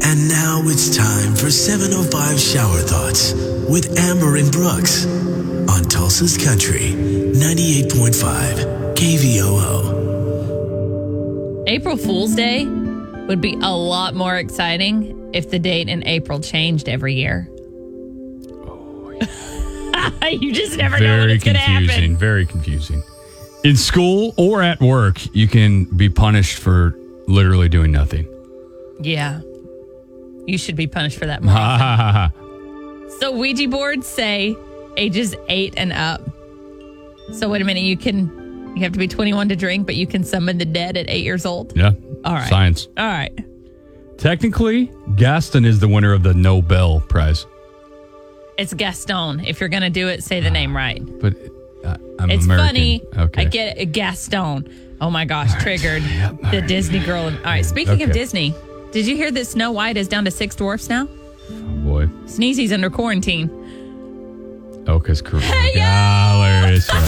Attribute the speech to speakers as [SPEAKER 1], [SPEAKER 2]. [SPEAKER 1] And now it's time for 705 Shower Thoughts with Amber and Brooks on Tulsa's Country 98.5 KVOO.
[SPEAKER 2] April Fool's Day would be a lot more exciting if the date in April changed every year. Oh, you just never know when
[SPEAKER 3] very
[SPEAKER 2] it's going to
[SPEAKER 3] confusing.
[SPEAKER 2] happen.
[SPEAKER 3] Very confusing. In school or at work, you can be punished for literally doing nothing.
[SPEAKER 2] Yeah. You should be punished for that.
[SPEAKER 3] Ha ha ha ha. ha.
[SPEAKER 2] So Ouija boards say ages eight and up. So wait a minute, you can you have to be 21 to drink, but you can summon the dead at eight years old.
[SPEAKER 3] Yeah.
[SPEAKER 2] All right.
[SPEAKER 3] Science.
[SPEAKER 2] All right.
[SPEAKER 3] Technically, Gaston is the winner of the Nobel Prize,
[SPEAKER 2] It's Gaston. If you're gonna do it, say the name right.
[SPEAKER 3] but uh, I'm
[SPEAKER 2] It's
[SPEAKER 3] American.
[SPEAKER 2] funny.
[SPEAKER 3] Okay.
[SPEAKER 2] I get it. Gaston. Oh my gosh, triggered.
[SPEAKER 3] all
[SPEAKER 2] the
[SPEAKER 3] right.
[SPEAKER 2] Disney girl. All right, speaking of
[SPEAKER 3] Okay.
[SPEAKER 2] Disney, did you hear that Snow White is down to six dwarfs now?
[SPEAKER 3] Oh boy.
[SPEAKER 2] Sneezy's under quarantine.
[SPEAKER 3] Oh, because Coronavirus.